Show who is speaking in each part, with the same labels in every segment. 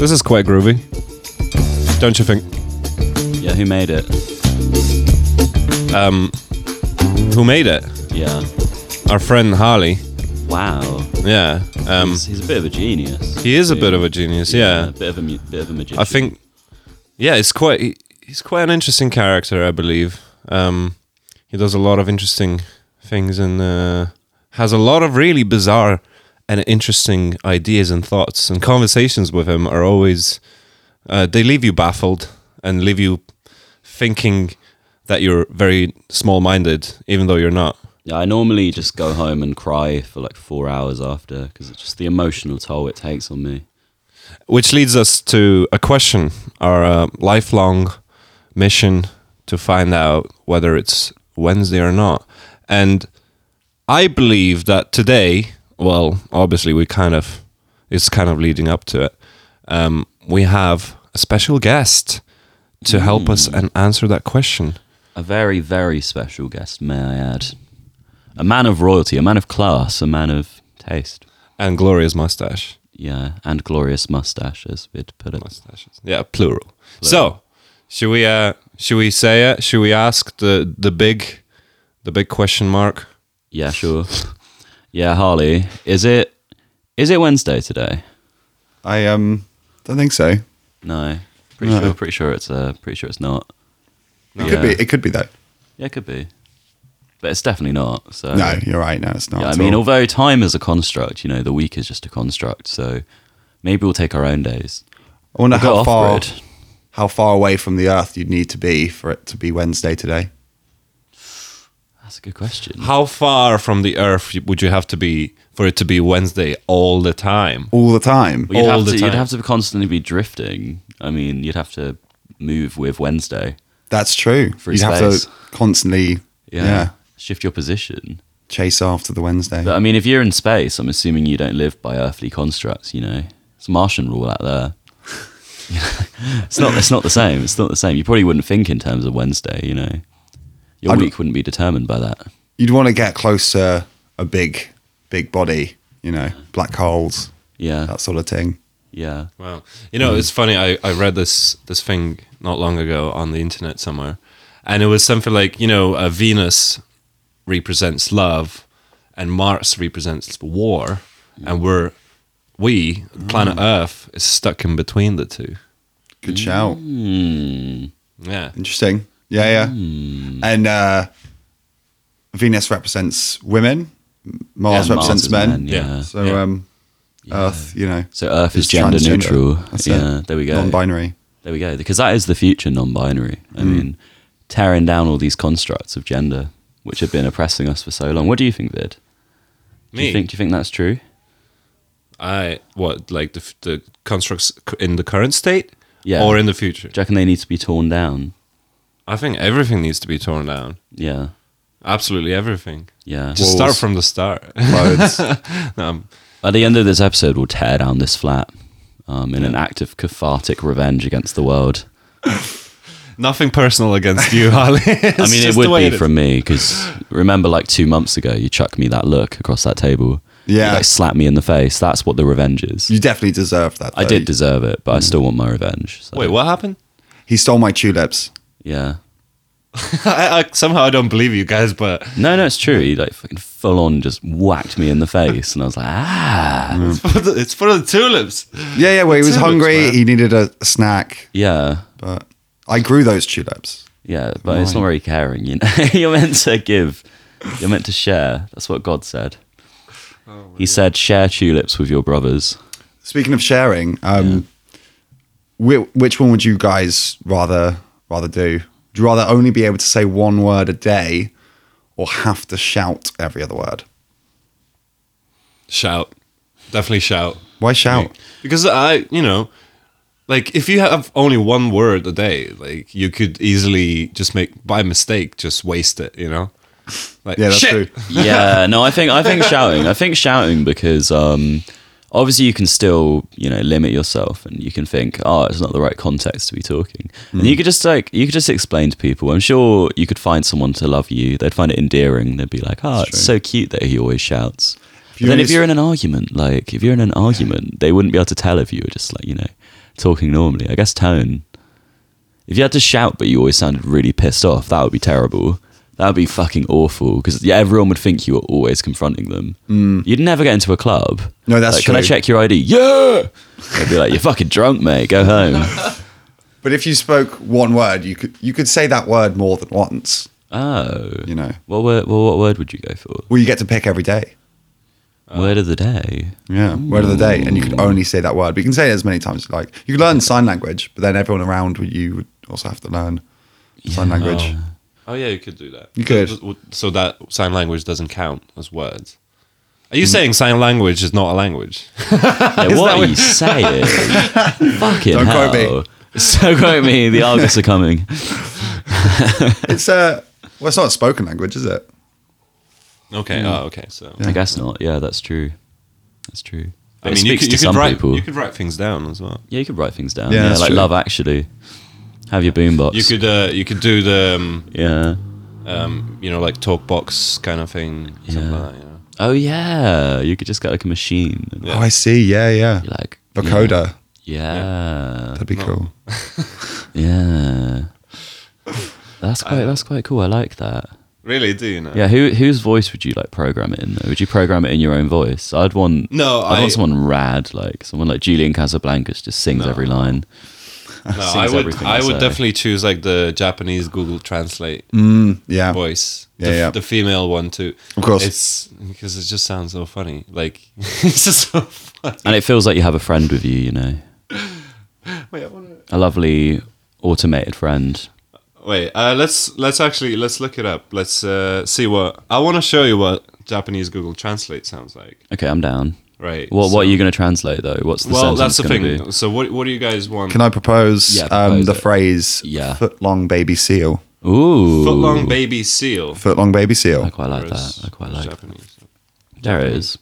Speaker 1: This is quite groovy. Don't you think?
Speaker 2: Yeah, who made it?
Speaker 1: Who made it?
Speaker 2: Yeah.
Speaker 1: Our friend Harley.
Speaker 2: Wow.
Speaker 1: Yeah. Um,
Speaker 2: he's, he's a bit of a genius.
Speaker 1: he is a bit of a genius. Yeah.
Speaker 2: A bit of a mu- bit of a magician.
Speaker 1: I think, yeah, it's quite. he- He's quite an interesting character, I believe. Um, he does a lot of interesting things and uh, has a lot of really bizarre and interesting ideas and thoughts. And conversations with him are always uh, they leave you baffled and leave you thinking that you're very small-minded, even though you're not.
Speaker 2: Yeah, I normally just go home and cry for like four hours after because it's just the emotional toll it takes on me.
Speaker 1: Which leads us to a question, our uh, lifelong mission to find out whether it's Wednesday or not. And I believe that today, well, obviously we kind of, it's kind of leading up to it. Um, we have a special guest to help us and answer that question.
Speaker 2: A very, very special guest, may I add. A man of royalty, a man of class, a man of taste.
Speaker 1: And Gloria's mustache.
Speaker 2: Yeah, and glorious mustache, as we'd put it.
Speaker 1: Mustaches. Yeah, plural. So, should we uh should we say it? Should we ask the the big the big question mark?
Speaker 2: Yeah, sure. Yeah, Harley, is it is it Wednesday today?
Speaker 3: I um don't think so.
Speaker 2: No, pretty
Speaker 3: No.
Speaker 2: sure. Pretty sure it's uh, pretty sure it's not.
Speaker 3: It could be. It could be though.
Speaker 2: Yeah, it could be, but it's definitely not. So
Speaker 3: No, you're right. No, it's not.
Speaker 2: Yeah, I
Speaker 3: at
Speaker 2: mean,
Speaker 3: all.
Speaker 2: although time is a construct, you know, the week is just a construct. So maybe we'll take our own days.
Speaker 3: I wonder
Speaker 2: I got
Speaker 3: how
Speaker 2: off
Speaker 3: far
Speaker 2: grid.
Speaker 3: how far away from the Earth you'd need to be for it to be Wednesday today.
Speaker 2: That's a good question.
Speaker 1: How far from the Earth would you have to be for it to be Wednesday all the time?
Speaker 3: All the time.
Speaker 2: Well, you'd,
Speaker 1: All
Speaker 2: have
Speaker 1: the
Speaker 2: to,
Speaker 1: time.
Speaker 2: you'd have to constantly be drifting. I mean, you'd have to move with Wednesday.
Speaker 3: That's true.
Speaker 2: Free
Speaker 3: You'd have
Speaker 2: space.
Speaker 3: to constantly
Speaker 2: Yeah.
Speaker 3: yeah.
Speaker 2: Shift your position.
Speaker 3: chase after the Wednesday.
Speaker 2: But I mean, if you're in space, I'm assuming you don't live by earthly constructs, you know? It's Martian rule out there. it's not it's not the same. It's not the same. You probably wouldn't think in terms of Wednesday, you know. Your
Speaker 3: I'd-
Speaker 2: week wouldn't be determined by that.
Speaker 3: You'd want to get close to a big big body, you know, black holes,
Speaker 2: Yeah.
Speaker 3: that sort of thing.
Speaker 2: yeah.
Speaker 1: Wow. You know, it's funny. I, I read this this thing not long ago on the internet somewhere, and it was something like you know, uh, Venus represents love, and Mars represents war, and we're we planet Earth is stuck in between the two.
Speaker 3: Good
Speaker 2: Mm.
Speaker 3: shout.
Speaker 2: Hmm.
Speaker 1: Yeah.
Speaker 3: Interesting. Yeah, yeah.
Speaker 2: Mm.
Speaker 3: And uh, Venus represents women. Mars
Speaker 2: Yeah,
Speaker 3: represents
Speaker 2: is
Speaker 3: men.
Speaker 1: Yeah.
Speaker 2: Yeah.
Speaker 3: So
Speaker 1: Yeah.
Speaker 3: um, Earth, you know,
Speaker 2: So Earth is
Speaker 3: It's
Speaker 2: gender
Speaker 3: transgender.
Speaker 2: neutral.
Speaker 3: That's it.
Speaker 2: yeah, there we go.
Speaker 3: non-binary.
Speaker 2: There we go. Because that is the future non-binary. I
Speaker 3: Mm.
Speaker 2: mean, tearing down all these constructs of gender, which have been oppressing us for so long. What do you think, Vid? Do
Speaker 1: Me.
Speaker 2: you think? Do you think that's true?
Speaker 1: I what like the f- the constructs c- in the current state,
Speaker 2: Yeah.
Speaker 1: or in the future.
Speaker 2: Do you reckon they need to be torn down?
Speaker 1: I think everything needs to be torn down.
Speaker 2: Yeah.
Speaker 1: Absolutely everything.
Speaker 2: Yeah.
Speaker 1: Just start
Speaker 3: Walls.
Speaker 1: from the start.
Speaker 3: Clothes.
Speaker 1: um,
Speaker 2: At the end of this episode, we'll tear down this flat um, in an act of cathartic revenge against the world.
Speaker 1: nothing personal against you, Harley.
Speaker 2: I mean, it would be from me because remember, like two months ago, you chucked me that look across that table.
Speaker 3: Yeah.
Speaker 2: You, like slapped me in the face. That's what the revenge is.
Speaker 3: you definitely deserve that.
Speaker 2: I
Speaker 3: though.
Speaker 2: did deserve it, but I still want my revenge. So,
Speaker 1: Wait, what happened?
Speaker 3: He stole my tulips.
Speaker 2: Yeah.
Speaker 1: I, I, somehow I don't believe you guys, but
Speaker 2: No, no, it's true. He like fucking full on just whacked me in the face, and I was like, ah,
Speaker 1: it's for the, it's for the tulips.
Speaker 3: Yeah, yeah. Well, he was
Speaker 1: Tulips,
Speaker 3: hungry.
Speaker 1: man.
Speaker 3: He needed a, a snack,
Speaker 2: yeah,
Speaker 3: but I grew those tulips.
Speaker 2: yeah. But it's not very caring, you know. you're meant to give. You're meant to share. That's what God said. he said, share tulips with your brothers.
Speaker 3: Speaking of sharing, um, whi- which one would you guys rather rather do? Would you rather only be able to say one word a day, or have to shout every other word?
Speaker 1: Shout, definitely shout.
Speaker 3: Why shout?
Speaker 1: Because I, you know, like if you have only one word a day, like you could easily just make by mistake just waste it. You know, like
Speaker 3: Yeah, that's
Speaker 1: "Shit!"
Speaker 3: true.
Speaker 2: yeah, no, I think I think shouting. I think shouting because um, obviously you can still you know limit yourself and you can think oh it's not the right context to be talking and you could just like you could just explain to people i'm sure you could find someone to love you they'd find it endearing they'd be like oh it's so cute that he always shouts
Speaker 3: you
Speaker 2: but then if
Speaker 3: just-
Speaker 2: you're in an argument like if you're in an argument they wouldn't be able to tell if you were just like you know talking normally i guess tone if you had to shout but you always sounded really pissed off that would be terrible that would be fucking awful because yeah, everyone would think you were always confronting them. You'd never get into a club.
Speaker 3: Mm. No, that's
Speaker 2: like, Can I
Speaker 3: true.
Speaker 2: check your ID? Yeah. They'd be like, "You're fucking drunk, mate. Go home."
Speaker 3: But if you spoke one word, you could you could say that word more than once.
Speaker 2: oh,
Speaker 3: You know.
Speaker 2: what word? Well, what word would you go for?
Speaker 3: Well, you get to pick every day. Oh.
Speaker 2: word of the day.
Speaker 3: Yeah, word of the day, and you could only say that word. But you can say it as many times as you like. You could learn sign language, but then everyone around you would also have to learn sign language.
Speaker 1: Oh yeah, you could do that.
Speaker 3: You could.
Speaker 1: So, so that sign language doesn't count as words. Are you saying sign language is not a language?
Speaker 2: Yeah, what are you saying? fucking
Speaker 3: Don't
Speaker 2: hell.
Speaker 3: quote me.
Speaker 2: So quote me. The Argus are coming.
Speaker 3: It's a well, it's not a spoken language, is it?
Speaker 1: Okay. Oh, okay. So
Speaker 2: I guess not. Mm. Yeah, that's true. That's true.
Speaker 1: I
Speaker 2: It
Speaker 1: mean, you could,
Speaker 2: speaks to
Speaker 1: you could
Speaker 2: some
Speaker 1: write
Speaker 2: people.
Speaker 1: you could write things down as well.
Speaker 2: Yeah, you could write things down.
Speaker 3: Yeah,
Speaker 2: Yeah,
Speaker 3: that's
Speaker 2: like
Speaker 3: true.
Speaker 2: Love Actually. Have your boombox.
Speaker 1: You could uh, you could do the um,
Speaker 2: Yeah.
Speaker 1: um, you know like talk box kind of thing. Something
Speaker 2: Yeah.
Speaker 1: like that, you know?
Speaker 2: Oh yeah, you could just get like a machine. And
Speaker 1: Yeah.
Speaker 3: Oh, I see. Yeah, yeah.
Speaker 2: be like
Speaker 3: Vocoder,
Speaker 2: Yeah.
Speaker 3: that'd be cool.
Speaker 2: Yeah. That's quite. That's quite cool. I like that.
Speaker 1: Really? Do you know?
Speaker 2: Yeah. Who whose voice would you like program it in? Though? Would you program it in your own voice? I'd want.
Speaker 1: No,
Speaker 2: I'd
Speaker 1: I-
Speaker 2: want someone rad, like someone like Julian Casablancas, just sings every line.
Speaker 1: No,
Speaker 2: Sings
Speaker 1: I would
Speaker 2: everything
Speaker 1: I
Speaker 2: I
Speaker 1: would
Speaker 2: say. Mm.
Speaker 1: definitely choose like the Japanese Google Translate
Speaker 3: Yeah,
Speaker 1: voice.
Speaker 3: Yeah,
Speaker 1: the,
Speaker 3: yeah.
Speaker 1: the female one too.
Speaker 3: Of course.
Speaker 1: It's because it just sounds so funny. Like it's just so funny.
Speaker 2: And it feels like you have a friend with you. You know,
Speaker 1: Wait, I wanna...
Speaker 2: a lovely automated friend.
Speaker 1: Wait, uh, let's let's actually let's look it up. Let's uh, see what I want to show you what Japanese Google Translate sounds like.
Speaker 2: Okay, I'm down.
Speaker 1: Right.
Speaker 2: What
Speaker 1: so-
Speaker 2: What are you going to translate though? What's the
Speaker 1: Well, that's
Speaker 2: sentence
Speaker 1: the
Speaker 2: gonna
Speaker 1: thing.
Speaker 2: Be?
Speaker 1: So what what do you guys want?
Speaker 3: Can I propose,
Speaker 2: Yeah,
Speaker 3: um,
Speaker 2: propose
Speaker 3: the
Speaker 2: it.
Speaker 3: phrase
Speaker 2: Yeah.
Speaker 3: foot long baby seal?
Speaker 2: Ooh,
Speaker 1: Foot long baby seal.
Speaker 3: Foot long baby
Speaker 2: I
Speaker 3: seal.
Speaker 2: quite like
Speaker 1: Whereas
Speaker 2: that. I quite like. that.
Speaker 1: Japanese.
Speaker 2: There it is.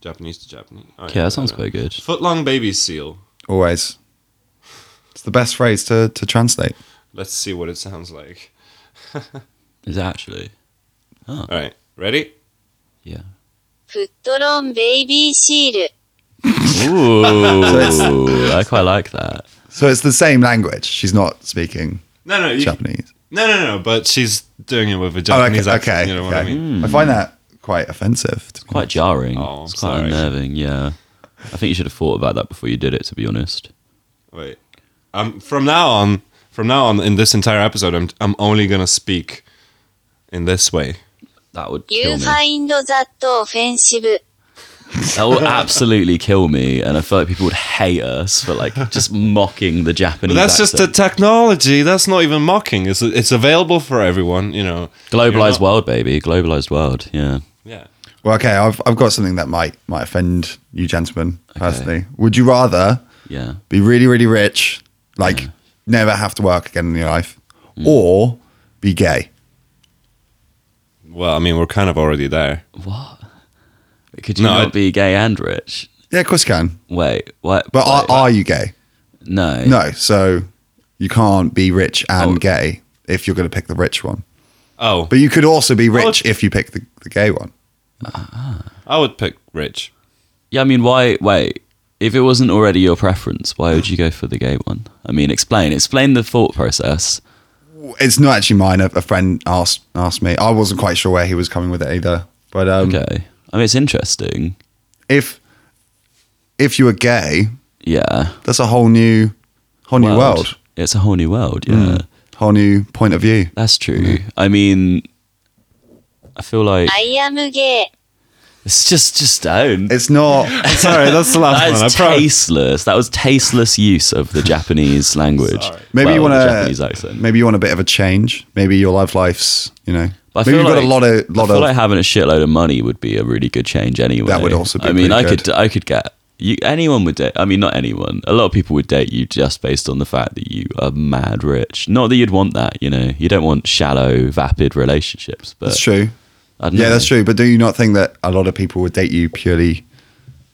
Speaker 1: Japanese to Japanese. Alright,
Speaker 2: Yeah, that sounds
Speaker 1: whatever.
Speaker 2: quite good.
Speaker 1: Foot long baby seal.
Speaker 3: Always. It's the best phrase to, to translate.
Speaker 1: Let's see what it sounds like.
Speaker 2: Is it actually?
Speaker 1: All right, ready?
Speaker 2: Yeah.
Speaker 4: フットロンベイビーシール。
Speaker 2: Ooh, I quite like that.
Speaker 3: So it's the same language. She's not speaking
Speaker 1: No, no, you,
Speaker 3: Japanese.
Speaker 1: no, no, no. But she's doing it with a
Speaker 3: Oh, okay.
Speaker 1: Japanese accent.
Speaker 3: okay,
Speaker 1: You know what
Speaker 3: okay.
Speaker 1: I mean?
Speaker 3: I find that quite offensive. to be
Speaker 2: Quite jarring.
Speaker 1: Oh,
Speaker 2: it's quite
Speaker 1: sorry.
Speaker 2: unnerving. Yeah. I think you should have thought about that before you did it. To be honest.
Speaker 1: Wait. Um, from now on, from now on, in this entire episode, I'm I'm only gonna speak in this way.
Speaker 2: That would kill
Speaker 4: You
Speaker 2: me.
Speaker 4: find that offensive.
Speaker 2: That would absolutely kill me, and I feel like people would hate us for like just mocking the Japanese.
Speaker 1: But that's just the
Speaker 2: accent.
Speaker 1: technology. That's not even mocking. It's it's available for everyone. You know.
Speaker 2: globalized
Speaker 1: You're not-
Speaker 2: world, baby. Globalized world. Yeah.
Speaker 1: Yeah.
Speaker 3: Well, okay, I've, I've got something that might might offend you gentlemen personally. Would you rather
Speaker 2: Yeah.
Speaker 3: be really, really rich, like never have to work again in your life,
Speaker 1: Mm.
Speaker 3: or be gay?
Speaker 1: Well, I mean, we're kind of already there.
Speaker 2: What? Could you
Speaker 1: No,
Speaker 2: not
Speaker 1: I-
Speaker 2: be gay and rich?
Speaker 3: Yeah, of course you can.
Speaker 2: Wait, what?
Speaker 3: But are,
Speaker 2: wait,
Speaker 3: are you gay?
Speaker 2: no,
Speaker 3: No, so you can't be rich and
Speaker 2: Oh.
Speaker 3: gay if you're going to pick the rich one.
Speaker 1: Oh,
Speaker 3: But you could also be rich
Speaker 1: Oh.
Speaker 3: if you pick the, the gay one.
Speaker 1: I would pick rich.
Speaker 2: Yeah, I mean, why? Wait, if it wasn't already your preference, why would you go for the gay one? I mean, explain, explain the thought process.
Speaker 3: It's not actually mine. A, a friend asked asked me. I wasn't quite sure where he was coming with it either. But
Speaker 1: Mm.
Speaker 3: um,
Speaker 2: Okay, I mean, it's interesting.
Speaker 3: if if you were gay,
Speaker 2: Yeah,
Speaker 3: that's a whole new whole new world,
Speaker 2: It's a whole new world. Yeah,
Speaker 1: Mm.
Speaker 3: whole new point of view.
Speaker 2: that's true. I mean, I feel like
Speaker 4: I am gay.
Speaker 2: it's just just stone.
Speaker 3: It's not.
Speaker 1: Sorry, that's the last
Speaker 2: That is tasteless. That was tasteless use of the Japanese language.
Speaker 3: Maybe you
Speaker 2: Well,
Speaker 3: want
Speaker 2: the
Speaker 3: to
Speaker 2: Japanese accent.
Speaker 3: Maybe you want a bit of a change. Maybe your life life's you know.
Speaker 2: But I feel
Speaker 3: maybe you've got a
Speaker 2: like-
Speaker 3: lot of lot
Speaker 2: I feel
Speaker 3: of.
Speaker 2: like having a shitload of money would be a really good change anyway.
Speaker 3: That would also be
Speaker 2: I mean,
Speaker 3: pretty
Speaker 2: I
Speaker 3: good.
Speaker 2: could I could get you. Anyone would date. I mean, not anyone. A lot of people would date you just based on the fact that you are mad rich. Not that you'd want that. You know, you don't want shallow, vapid relationships. But
Speaker 3: that's true.
Speaker 2: I don't
Speaker 3: Yeah,
Speaker 2: know.
Speaker 3: that's true. But do you not think that a lot of people would date you purely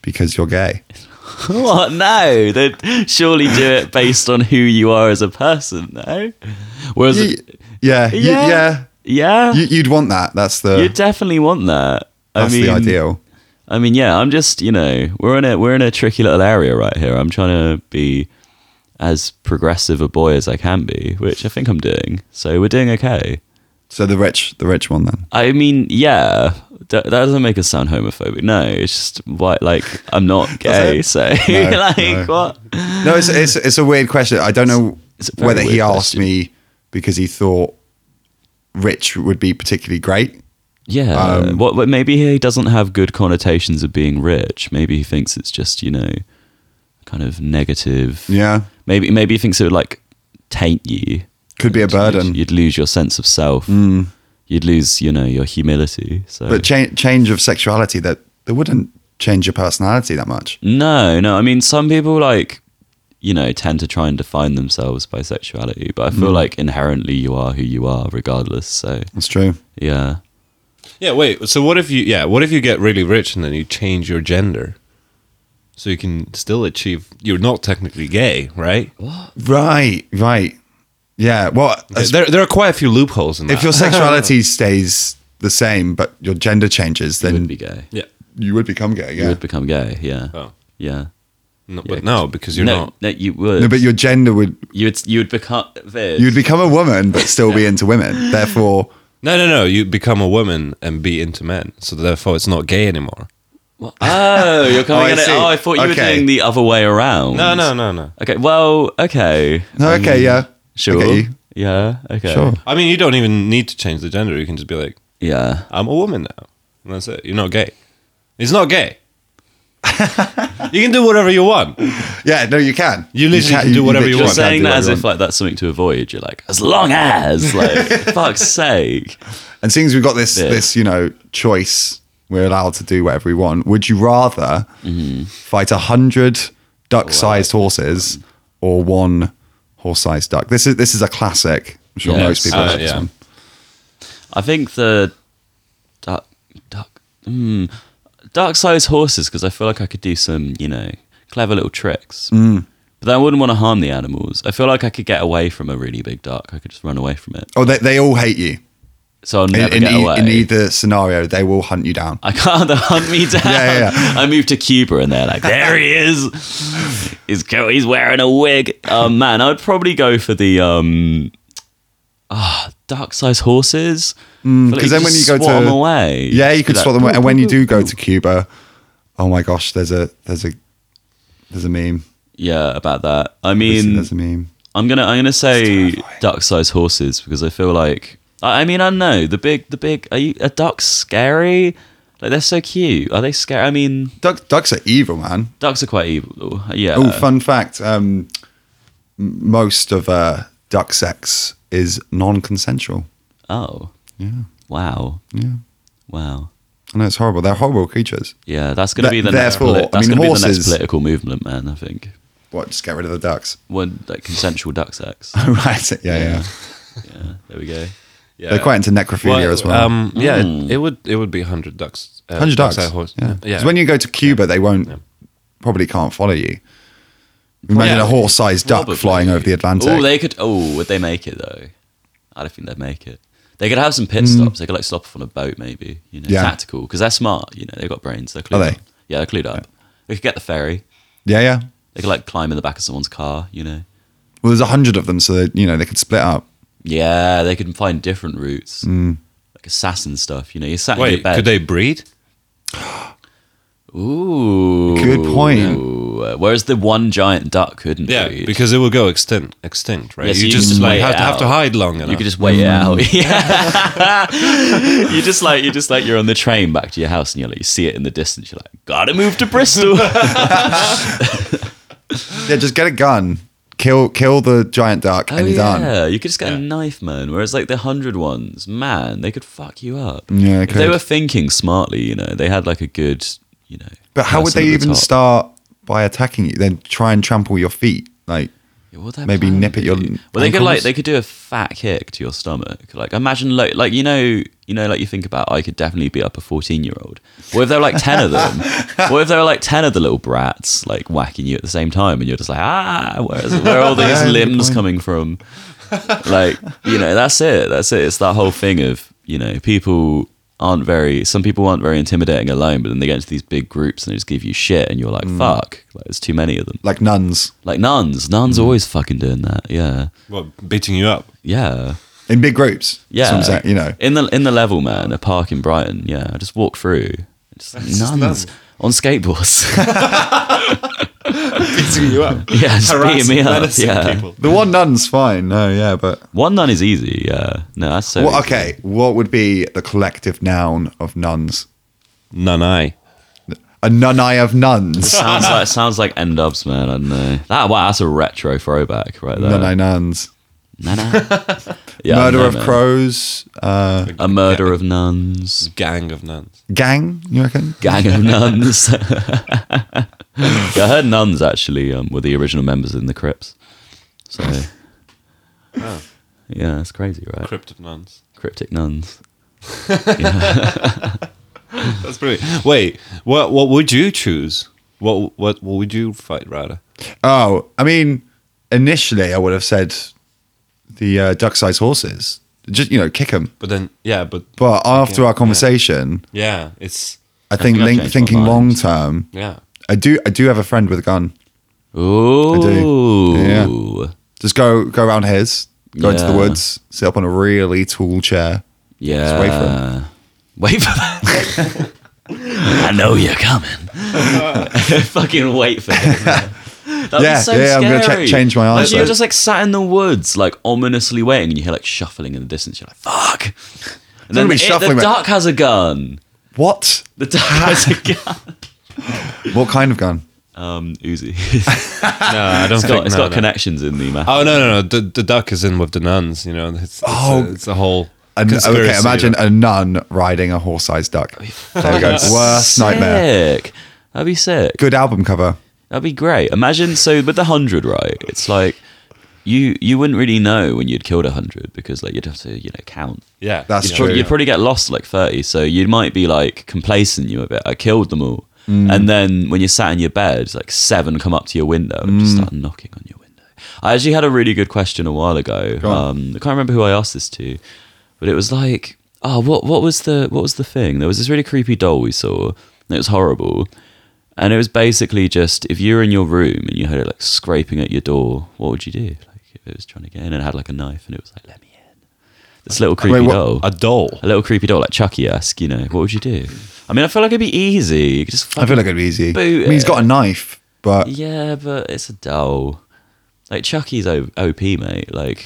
Speaker 3: because you're gay.
Speaker 2: What? No, they'd surely do it based on who you are as a person, no? Whereas,
Speaker 3: Y- yeah, y- yeah.
Speaker 2: Yeah. yeah,
Speaker 3: You, you'd want that. That's the
Speaker 2: you definitely want that.
Speaker 3: that's
Speaker 2: I mean,
Speaker 3: the ideal.
Speaker 2: I mean, yeah, I'm just you know we're in a we're in a tricky little area right here. I'm trying to be as progressive a boy as I can be, which I think I'm doing. So we're doing okay.
Speaker 3: So the rich, the rich one then.
Speaker 2: I mean, yeah, that, that doesn't make us sound homophobic. No, it's just why like I'm not gay,
Speaker 3: it?
Speaker 2: so
Speaker 3: No,
Speaker 2: like
Speaker 3: no.
Speaker 2: what?
Speaker 3: No, it's it's, it's a weird question. I don't know
Speaker 2: It's a very
Speaker 3: whether he
Speaker 2: weird
Speaker 3: asked
Speaker 2: question.
Speaker 3: me because he thought rich would be particularly great.
Speaker 2: Yeah,
Speaker 3: Um,
Speaker 2: what? But maybe he doesn't have good connotations of being rich. Maybe he thinks it's just you know, kind of negative.
Speaker 3: Yeah,
Speaker 2: Maybe maybe he thinks it would like taint you.
Speaker 3: could be a burden. Mm. Hmm.
Speaker 2: You'd, you'd lose your sense of self. You'd lose, you know, your humility. So
Speaker 3: But change change of sexuality that that wouldn't change your personality that much.
Speaker 2: no, no. I mean, some people like, you know, tend to try and define themselves by sexuality. But I feel
Speaker 3: Mm.
Speaker 2: like inherently you are who you are, regardless. So
Speaker 3: That's true.
Speaker 2: yeah,
Speaker 1: Yeah, wait. So what if you yeah, what if you get really rich and then you change your gender? So you can still achieve you're not technically gay, right?
Speaker 3: Right, right. Yeah. Well, as-
Speaker 1: There, there are quite a few loopholes in that.
Speaker 3: if your sexuality stays the same but your gender changes,
Speaker 2: you
Speaker 3: then
Speaker 2: would be gay.
Speaker 1: yeah.
Speaker 3: you would become gay.
Speaker 2: You
Speaker 3: Yeah.
Speaker 2: would become gay. Yeah.
Speaker 1: Oh.
Speaker 2: Yeah.
Speaker 1: No,
Speaker 2: Yeah,
Speaker 1: but no, because you're
Speaker 2: no,
Speaker 1: not.
Speaker 2: no, you would.
Speaker 3: No, but your gender would
Speaker 2: you would. You would become. Viv,
Speaker 3: you'd become a woman but still be into women. Therefore,
Speaker 1: No, no, no. You become a woman and be into men, so therefore it's not gay anymore.
Speaker 2: Oh, you're coming
Speaker 3: Oh, I
Speaker 2: at it.
Speaker 3: see.
Speaker 2: Oh, I thought you were
Speaker 3: Okay.
Speaker 2: doing the other way around.
Speaker 1: No, no, no, no.
Speaker 2: Okay. Well. Okay.
Speaker 3: no,
Speaker 2: Um,
Speaker 3: okay, yeah,
Speaker 2: Sure.
Speaker 3: Okay.
Speaker 2: Yeah. Okay.
Speaker 3: Sure.
Speaker 1: I mean, you don't even need to change the gender. You can just be like,
Speaker 2: Yeah.
Speaker 1: I'm a woman now, and that's it. You're not gay. It's not gay. you can do whatever you want.
Speaker 3: Yeah, no, you can.
Speaker 1: You literally
Speaker 3: can
Speaker 1: can do whatever you
Speaker 3: literally
Speaker 2: You're
Speaker 1: want.
Speaker 3: can
Speaker 2: saying
Speaker 3: do
Speaker 2: that
Speaker 3: whatever
Speaker 2: as
Speaker 3: you
Speaker 2: if
Speaker 3: want.
Speaker 2: like that's something to avoid. You're like, as long as, like, fuck's sake.
Speaker 3: And seeing as we've got this
Speaker 2: Yeah.
Speaker 3: this you know choice, we're allowed to do whatever we want. Would you rather
Speaker 2: Mm-hmm.
Speaker 3: fight a hundred duck-sized horses or one horse-sized duck? This is this is a classic. I'm sure
Speaker 2: Yeah,
Speaker 3: most people
Speaker 1: it's-
Speaker 3: have
Speaker 1: uh,
Speaker 3: this
Speaker 1: yeah.
Speaker 3: one.
Speaker 2: I think the duck, duck, mm, dark sized horses because I feel like I could do some, you know, clever little tricks. Mm. But then I wouldn't want to harm the animals. I feel like I could get away from a really big duck. I could just run away from it.
Speaker 3: Oh, they, they all hate you.
Speaker 2: So I'll
Speaker 3: In,
Speaker 2: never
Speaker 3: in,
Speaker 2: get
Speaker 3: e-
Speaker 2: away.
Speaker 3: in either scenario, they will hunt you down.
Speaker 2: I can't they'll hunt me down.
Speaker 3: Yeah, yeah,
Speaker 2: I moved to Cuba and they're like, there he is. He's go- he's wearing a wig. Um, man, I'd probably go for the um, ah, dark sized horses. Because
Speaker 3: Mm, 'cause then when you go
Speaker 2: swat
Speaker 3: to-
Speaker 2: them away,
Speaker 3: Yeah, you could
Speaker 2: Be like,
Speaker 3: swat them away. And when you do go to Cuba, oh my gosh, there's a there's a there's a meme.
Speaker 2: yeah, about that. I
Speaker 3: There's,
Speaker 2: mean,
Speaker 3: there's a meme.
Speaker 2: I'm gonna I'm gonna say duck sized horses because I feel like I, I mean I don't know the big the big are you are ducks scary? Like they're so cute. Are they scary? I mean,
Speaker 3: Duck, ducks are evil, man.
Speaker 2: ducks are quite evil. Yeah.
Speaker 3: oh, fun fact: um, m- most of uh, duck sex is non-consensual.
Speaker 2: Oh.
Speaker 3: Yeah.
Speaker 2: Wow.
Speaker 3: Yeah,
Speaker 2: Wow.
Speaker 3: I know it's horrible. They're horrible creatures.
Speaker 2: Yeah, that's going to
Speaker 3: Th-
Speaker 2: be the next.
Speaker 3: therefore,
Speaker 2: Poli-
Speaker 3: I
Speaker 2: that's going
Speaker 3: mean,
Speaker 2: to be the
Speaker 3: horses-
Speaker 2: next political movement, man. I think.
Speaker 3: What? Just get rid of the ducks.
Speaker 2: One like consensual duck sex.
Speaker 3: right? Yeah, yeah,
Speaker 2: yeah, there we go.
Speaker 1: Yeah.
Speaker 3: They're quite into necrophilia as well.
Speaker 1: Um, yeah,
Speaker 2: Hmm.
Speaker 1: it, it would it would be hundred ducks. Uh,
Speaker 3: Hundred ducks.
Speaker 1: duckside horse.
Speaker 3: Yeah.
Speaker 1: Yeah,
Speaker 3: 'Cause when you go to Cuba, they won't probably can't follow you. Imagine a
Speaker 1: Probably.
Speaker 3: horse-sized duck
Speaker 2: Probably.
Speaker 3: flying over the Atlantic.
Speaker 2: Oh, they could. Oh, would they make it though? I don't think they'd make it. They could have some pit stops. They could like stop off on a boat, maybe. You know,
Speaker 3: Mm. Yeah.
Speaker 2: tactical because they're smart. You know, they've got brains. They're clued
Speaker 3: Are they?
Speaker 2: Up. Yeah, they're clued up. They could get the ferry.
Speaker 3: yeah, yeah.
Speaker 2: They could like climb in the back of someone's car. You know.
Speaker 3: Well, there's a hundred of them, so they, you know they could split up.
Speaker 2: Yeah, they can find different routes,
Speaker 3: Mm.
Speaker 2: like assassin stuff. You know, you're sat in your
Speaker 1: Wait,
Speaker 2: bed.
Speaker 1: could they breed?
Speaker 2: Ooh,
Speaker 3: Good point.
Speaker 2: Whereas the one giant duck couldn't.
Speaker 1: Yeah,
Speaker 2: breed.
Speaker 1: because it will go extinct. Extinct, right?
Speaker 2: Yeah, so
Speaker 1: you,
Speaker 2: you
Speaker 1: just,
Speaker 2: just
Speaker 1: like
Speaker 2: wait
Speaker 1: have to, have to
Speaker 2: out.
Speaker 1: hide long enough.
Speaker 2: you could just wait
Speaker 3: Mm.
Speaker 2: it out. Yeah. you just like you just like you're on the train back to your house, and you're like you see it in the distance. You're like, gotta move to Bristol.
Speaker 3: Yeah, just get a gun, kill kill the giant duck,
Speaker 2: oh
Speaker 3: and you're
Speaker 2: yeah,
Speaker 3: done.
Speaker 2: you could just get a knife, man. Whereas like the hundred ones, man, they could fuck you up.
Speaker 3: Yeah, they
Speaker 2: if they
Speaker 3: could.
Speaker 2: were thinking smartly, you know, they had like a good, you know.
Speaker 3: But how would
Speaker 2: person
Speaker 3: they
Speaker 2: at the
Speaker 3: even
Speaker 2: top.
Speaker 3: start by attacking you? Then try and trample your feet, like
Speaker 2: Yeah, what their
Speaker 3: Maybe
Speaker 2: plan
Speaker 3: nip at
Speaker 2: would
Speaker 3: your
Speaker 2: be- Well, they could like
Speaker 3: ankles?
Speaker 2: they could do a fat kick to your stomach. Like imagine like like you know you know like you think about I could definitely beat up a fourteen year old. What if there were like ten of them? what if there were like ten of the little brats like whacking you at the same time and you're just like ah where's where are all these
Speaker 3: Yeah, good
Speaker 2: limbs
Speaker 3: point.
Speaker 2: coming from? like you know that's it that's it it's that whole thing of you know people aren't very some people aren't very intimidating alone but then they get into these big groups and they just give you shit and you're like
Speaker 3: Mm.
Speaker 2: fuck like there's too many of them
Speaker 3: like nuns
Speaker 2: like nuns nuns
Speaker 3: Mm.
Speaker 2: always fucking doing that yeah
Speaker 1: Well, beating you up.
Speaker 2: yeah
Speaker 3: in big groups.
Speaker 2: yeah
Speaker 3: That's what I'm saying, you know.
Speaker 2: in the in the level man a park in brighton yeah i just walk through just nuns
Speaker 1: nuns.
Speaker 2: on skateboards
Speaker 1: Beating you up.
Speaker 2: yeah just beating me up
Speaker 1: menacing
Speaker 2: yeah
Speaker 1: people.
Speaker 3: The one nun's fine. No, yeah, but
Speaker 2: one nun is easy yeah no that's so
Speaker 3: well,
Speaker 2: easy.
Speaker 3: okay. What would be the collective noun of nuns?
Speaker 1: None I.
Speaker 3: A nun eye of nuns.
Speaker 2: sounds like sounds like end ups, man. I don't know. That wow, that's a retro throwback right there.
Speaker 3: Nun eye nuns.
Speaker 2: no, no. uh, Yeah,
Speaker 3: Murder
Speaker 2: no,
Speaker 3: of
Speaker 2: man.
Speaker 3: crows. Uh,
Speaker 2: a murder of nuns,
Speaker 1: Gang of nuns.
Speaker 3: gang. You reckon?
Speaker 2: gang of nuns. yeah, I heard nuns actually um, were the original members in the Crips. So, yeah, that's crazy, right?
Speaker 1: Crypt of nuns.
Speaker 2: Cryptic nuns.
Speaker 1: That's brilliant. Wait, what what would you choose? What what what would you fight rather?
Speaker 3: Oh, I mean, initially I would have said the uh, duck-sized horses. Just you know, kick them.
Speaker 1: But then yeah, but
Speaker 3: But after
Speaker 1: Yeah,
Speaker 3: our conversation,
Speaker 1: yeah, it's
Speaker 3: I think,
Speaker 2: think I've
Speaker 3: link,
Speaker 2: changed my
Speaker 3: thinking
Speaker 2: mind.
Speaker 3: long term,
Speaker 1: yeah.
Speaker 3: I do I do have a friend with a gun.
Speaker 2: Ooh,
Speaker 3: Yeah. Just go go around his, go into the
Speaker 2: Yeah.
Speaker 3: woods, sit up on a really tall chair.
Speaker 2: yeah.
Speaker 3: wait for him.
Speaker 2: Wait for that. I know you're coming. Fucking wait for him. That'd
Speaker 3: Yeah,
Speaker 2: be so
Speaker 3: yeah,
Speaker 2: scary.
Speaker 3: I'm gonna cha- change my
Speaker 2: Like,
Speaker 3: answer.
Speaker 2: you're just like sat in the woods, like ominously waiting, and you hear like shuffling in the distance. You're like, "Fuck!" And then
Speaker 3: gonna be
Speaker 2: it-
Speaker 3: shuffling,
Speaker 2: the
Speaker 3: mate.
Speaker 2: duck has a gun.
Speaker 3: What?
Speaker 2: The duck has a gun.
Speaker 3: What kind of gun?
Speaker 2: Um, Uzi. it's
Speaker 3: Ah.
Speaker 1: No, I don't
Speaker 2: got, it's
Speaker 1: no,
Speaker 2: got
Speaker 1: no.
Speaker 2: connections in the map.
Speaker 1: Oh no no no! The, the duck is in with the nuns. You know, it's, it's
Speaker 3: Oh.
Speaker 1: a, it's a whole
Speaker 3: An,
Speaker 1: conspiracy.
Speaker 3: okay, imagine uh, a nun riding a horse-sized duck. There we go. Worst nightmare.
Speaker 2: Oh, Sick. That'd be sick.
Speaker 3: Good album cover.
Speaker 2: That'd be great. Imagine so with the hundred, right? It's like you you wouldn't really know when you'd killed a hundred because like you'd have to you know count.
Speaker 1: yeah,
Speaker 3: That's
Speaker 1: yeah.
Speaker 3: true.
Speaker 2: You'd probably get lost like thirty, so you might be like complacent. You a bit. I killed them all,
Speaker 3: Mm.
Speaker 2: and then when you sat in your bed, like seven come up to your window and just
Speaker 3: Mm.
Speaker 2: start knocking on your window. I actually had a really good question a while ago.
Speaker 3: on.
Speaker 2: Um, I can't remember who I asked this to, but it was like, oh, what what was the what was the thing? There was this really creepy doll we saw. And it was horrible. And it was basically just if you were in your room and you heard it like scraping at your door, what would you do? Like if it was trying to get in and it had like a knife and it was like, let me in. This little creepy
Speaker 3: what-
Speaker 2: doll.
Speaker 1: a doll.
Speaker 2: A little creepy doll, like Chucky esque, you know, what would you do? I mean, I feel like it'd be easy. You could just
Speaker 3: I
Speaker 2: fucking,
Speaker 3: feel like it'd be easy. I
Speaker 2: Boot
Speaker 3: mean, he's
Speaker 2: it.
Speaker 3: got a knife, but
Speaker 2: Yeah, but it's a doll. Like, Chucky's O- OP, mate. Like,